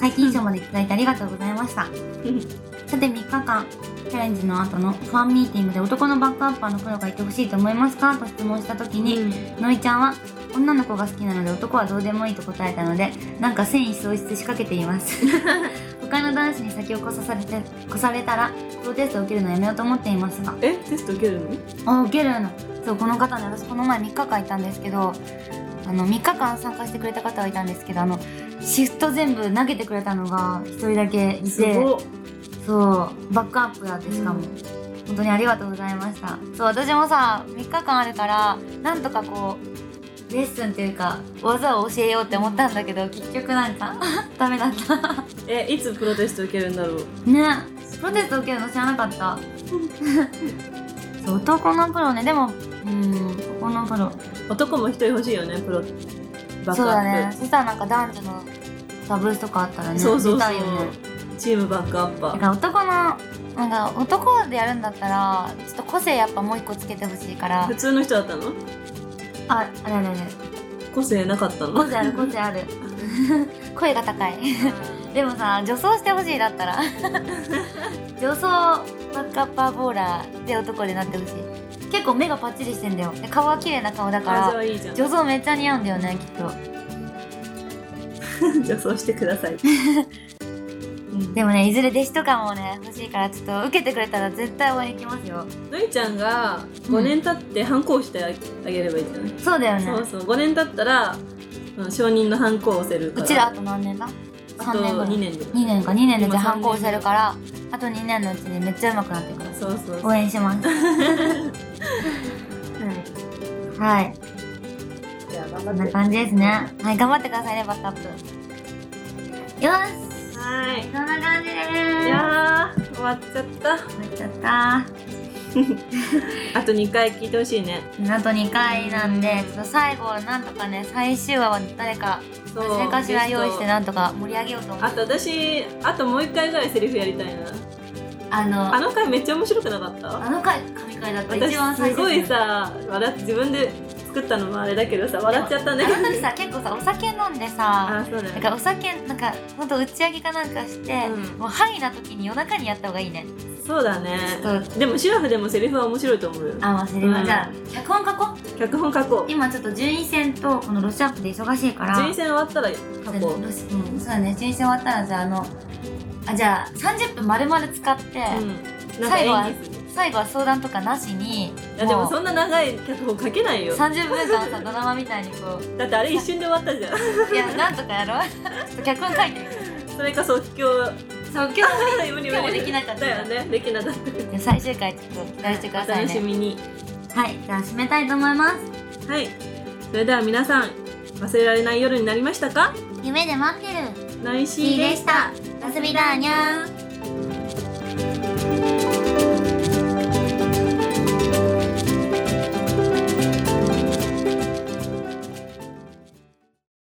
Speaker 2: 解禁賞までいただいてありがとうございましたさて3日間チャレンジの後のファンミーティングで男のバックアッパーのプロがいてほしいと思いますかと質問した時に、のいちゃんは女の子が好きなので男はどうでもいいと答えたのでなんか戦意喪失しかけています 他の男子に先を越さされて越されたらプロテストを受けるのやめようと思っていますが
Speaker 1: えテスト受けるの
Speaker 2: あ受けるのそうこの方ね私この前3日間いたんですけどあの3日間参加してくれた方はいたんですけどあのシフト全部投げてくれたのが1人だけいて
Speaker 1: すごっ
Speaker 2: そうバックアップだってしかも、
Speaker 1: うん
Speaker 2: 本当にありがとうございましたそう私もさ3日間あるからなんとかこうレッスンっていうか技を教えようって思ったんだけど結局なんか ダメだった
Speaker 1: えいつプロテスト受けるんだろう
Speaker 2: ねプロテスト受けるの知らなかった そう男のプロねでもうん男のプロ
Speaker 1: 男も一人欲しいよねプロバックアップ
Speaker 2: そうだねそしたらなんか男女のダブルスとかあったらね
Speaker 1: そうそう
Speaker 2: 出
Speaker 1: そ
Speaker 2: た
Speaker 1: う
Speaker 2: いよね
Speaker 1: チームバックアッパ
Speaker 2: だ
Speaker 1: ー
Speaker 2: から男のなんか男でやるんだったらちょっと個性やっぱもう一個つけてほしいから
Speaker 1: 普通の人だったの
Speaker 2: あ、あれあれあれ。
Speaker 1: 個性なかった
Speaker 2: 個
Speaker 1: の
Speaker 2: 性ある、個性ある。 声が高い。 でもさ、女装してほしいだった ら。女装バックアッパーボーラーで男でなってほしい。結構目がパッチリしてんだよで顔は綺麗な顔だか
Speaker 1: あじゃ
Speaker 2: ら
Speaker 1: あいいじゃん
Speaker 2: 女装めっちゃ似合うんだよねきっと
Speaker 1: 女装してくださ い、うん
Speaker 2: でもねいずれ弟子とかもね欲しいからちょっと受けてくれたら絶対応援行きますよ
Speaker 1: のいちゃんが5年経って反抗してあげればいいじゃない、
Speaker 2: そうだよね
Speaker 1: そうそう5年経ったらうん承認の反抗を押せるから
Speaker 2: うちらあと何年だ
Speaker 1: あと
Speaker 2: 3年ぐらい
Speaker 1: 2年で
Speaker 2: 2年か2年でじゃ
Speaker 1: 今
Speaker 2: あ反抗してるからあと2年のうちにめっちゃ上手くなってくる
Speaker 1: そうそうそう
Speaker 2: 応援し ますはいはい
Speaker 1: じゃあ
Speaker 2: こ
Speaker 1: 頑張っ
Speaker 2: んな
Speaker 1: て
Speaker 2: 感じですねはい頑張ってくださいねバックアップよし
Speaker 1: はい
Speaker 2: そんな感じで
Speaker 1: い
Speaker 2: ーす
Speaker 1: やー終わっちゃった
Speaker 2: 終わっちゃった
Speaker 1: あと2回聞いてほしいね
Speaker 2: あと2回なんでちょっと最後はなんとかね最終話は誰か
Speaker 1: そう
Speaker 2: 誰かしら用意し
Speaker 1: ゲ
Speaker 2: て
Speaker 1: ス
Speaker 2: なんとか盛り上げようと思
Speaker 1: トあ
Speaker 2: う
Speaker 1: と私あともう1回ぐらいセリフやりたいな
Speaker 2: あの
Speaker 1: あの回めっちゃ面白くなかった
Speaker 2: あの回神回だった
Speaker 1: 私
Speaker 2: 一番最
Speaker 1: す
Speaker 2: 初
Speaker 1: ご
Speaker 2: で
Speaker 1: い
Speaker 2: す
Speaker 1: さ笑って自分で作ったのもあれだけどさ笑っちゃったんだ
Speaker 2: あ
Speaker 1: けど
Speaker 2: の時さ結構さお酒飲んでさ
Speaker 1: あそうだよ
Speaker 2: なん
Speaker 1: ね
Speaker 2: かお酒なんかほんと打ち上げかなんかして、
Speaker 1: うん
Speaker 2: もうハイな時に夜中にやった方がいいね
Speaker 1: そうだね
Speaker 2: う
Speaker 1: でもシュラフでもセリフは面白いと思うよ
Speaker 2: あ忘れ
Speaker 1: う
Speaker 2: ま
Speaker 1: ん
Speaker 2: じゃあ脚本書こう
Speaker 1: 脚本書こう
Speaker 2: 今ちょっと順位戦とこのロシアップで忙しいから
Speaker 1: 人選終わったら書こ
Speaker 2: ロシうんそうだね順位戦終わったらじゃああのあじゃあ30分丸々使って、
Speaker 1: う、うん、なんか
Speaker 2: 最後は
Speaker 1: 演技する
Speaker 2: 最後は相談とかなしに
Speaker 1: いやでも
Speaker 2: う
Speaker 1: そんな長い脚本書けないよ
Speaker 2: 30分間さドラマみたいにこ
Speaker 1: だってあれ一瞬で終わったじゃん
Speaker 2: ういやなんとかやろうちょっと脚本書いてみる
Speaker 1: それか即興
Speaker 2: そう今日
Speaker 1: 無理無理
Speaker 2: 今日もできなかった
Speaker 1: だよねできなかった
Speaker 2: も最終回ちょっと期待してください
Speaker 1: お楽し
Speaker 2: ね
Speaker 1: みに
Speaker 2: はいじゃあ締めたいと思います
Speaker 1: はいそれでは皆さん忘れられない夜になりましたか
Speaker 2: 夢で待ってる
Speaker 1: ナイシ
Speaker 2: い
Speaker 1: ー
Speaker 2: い
Speaker 1: で
Speaker 2: で
Speaker 1: した
Speaker 2: した。おやすみだにゃー。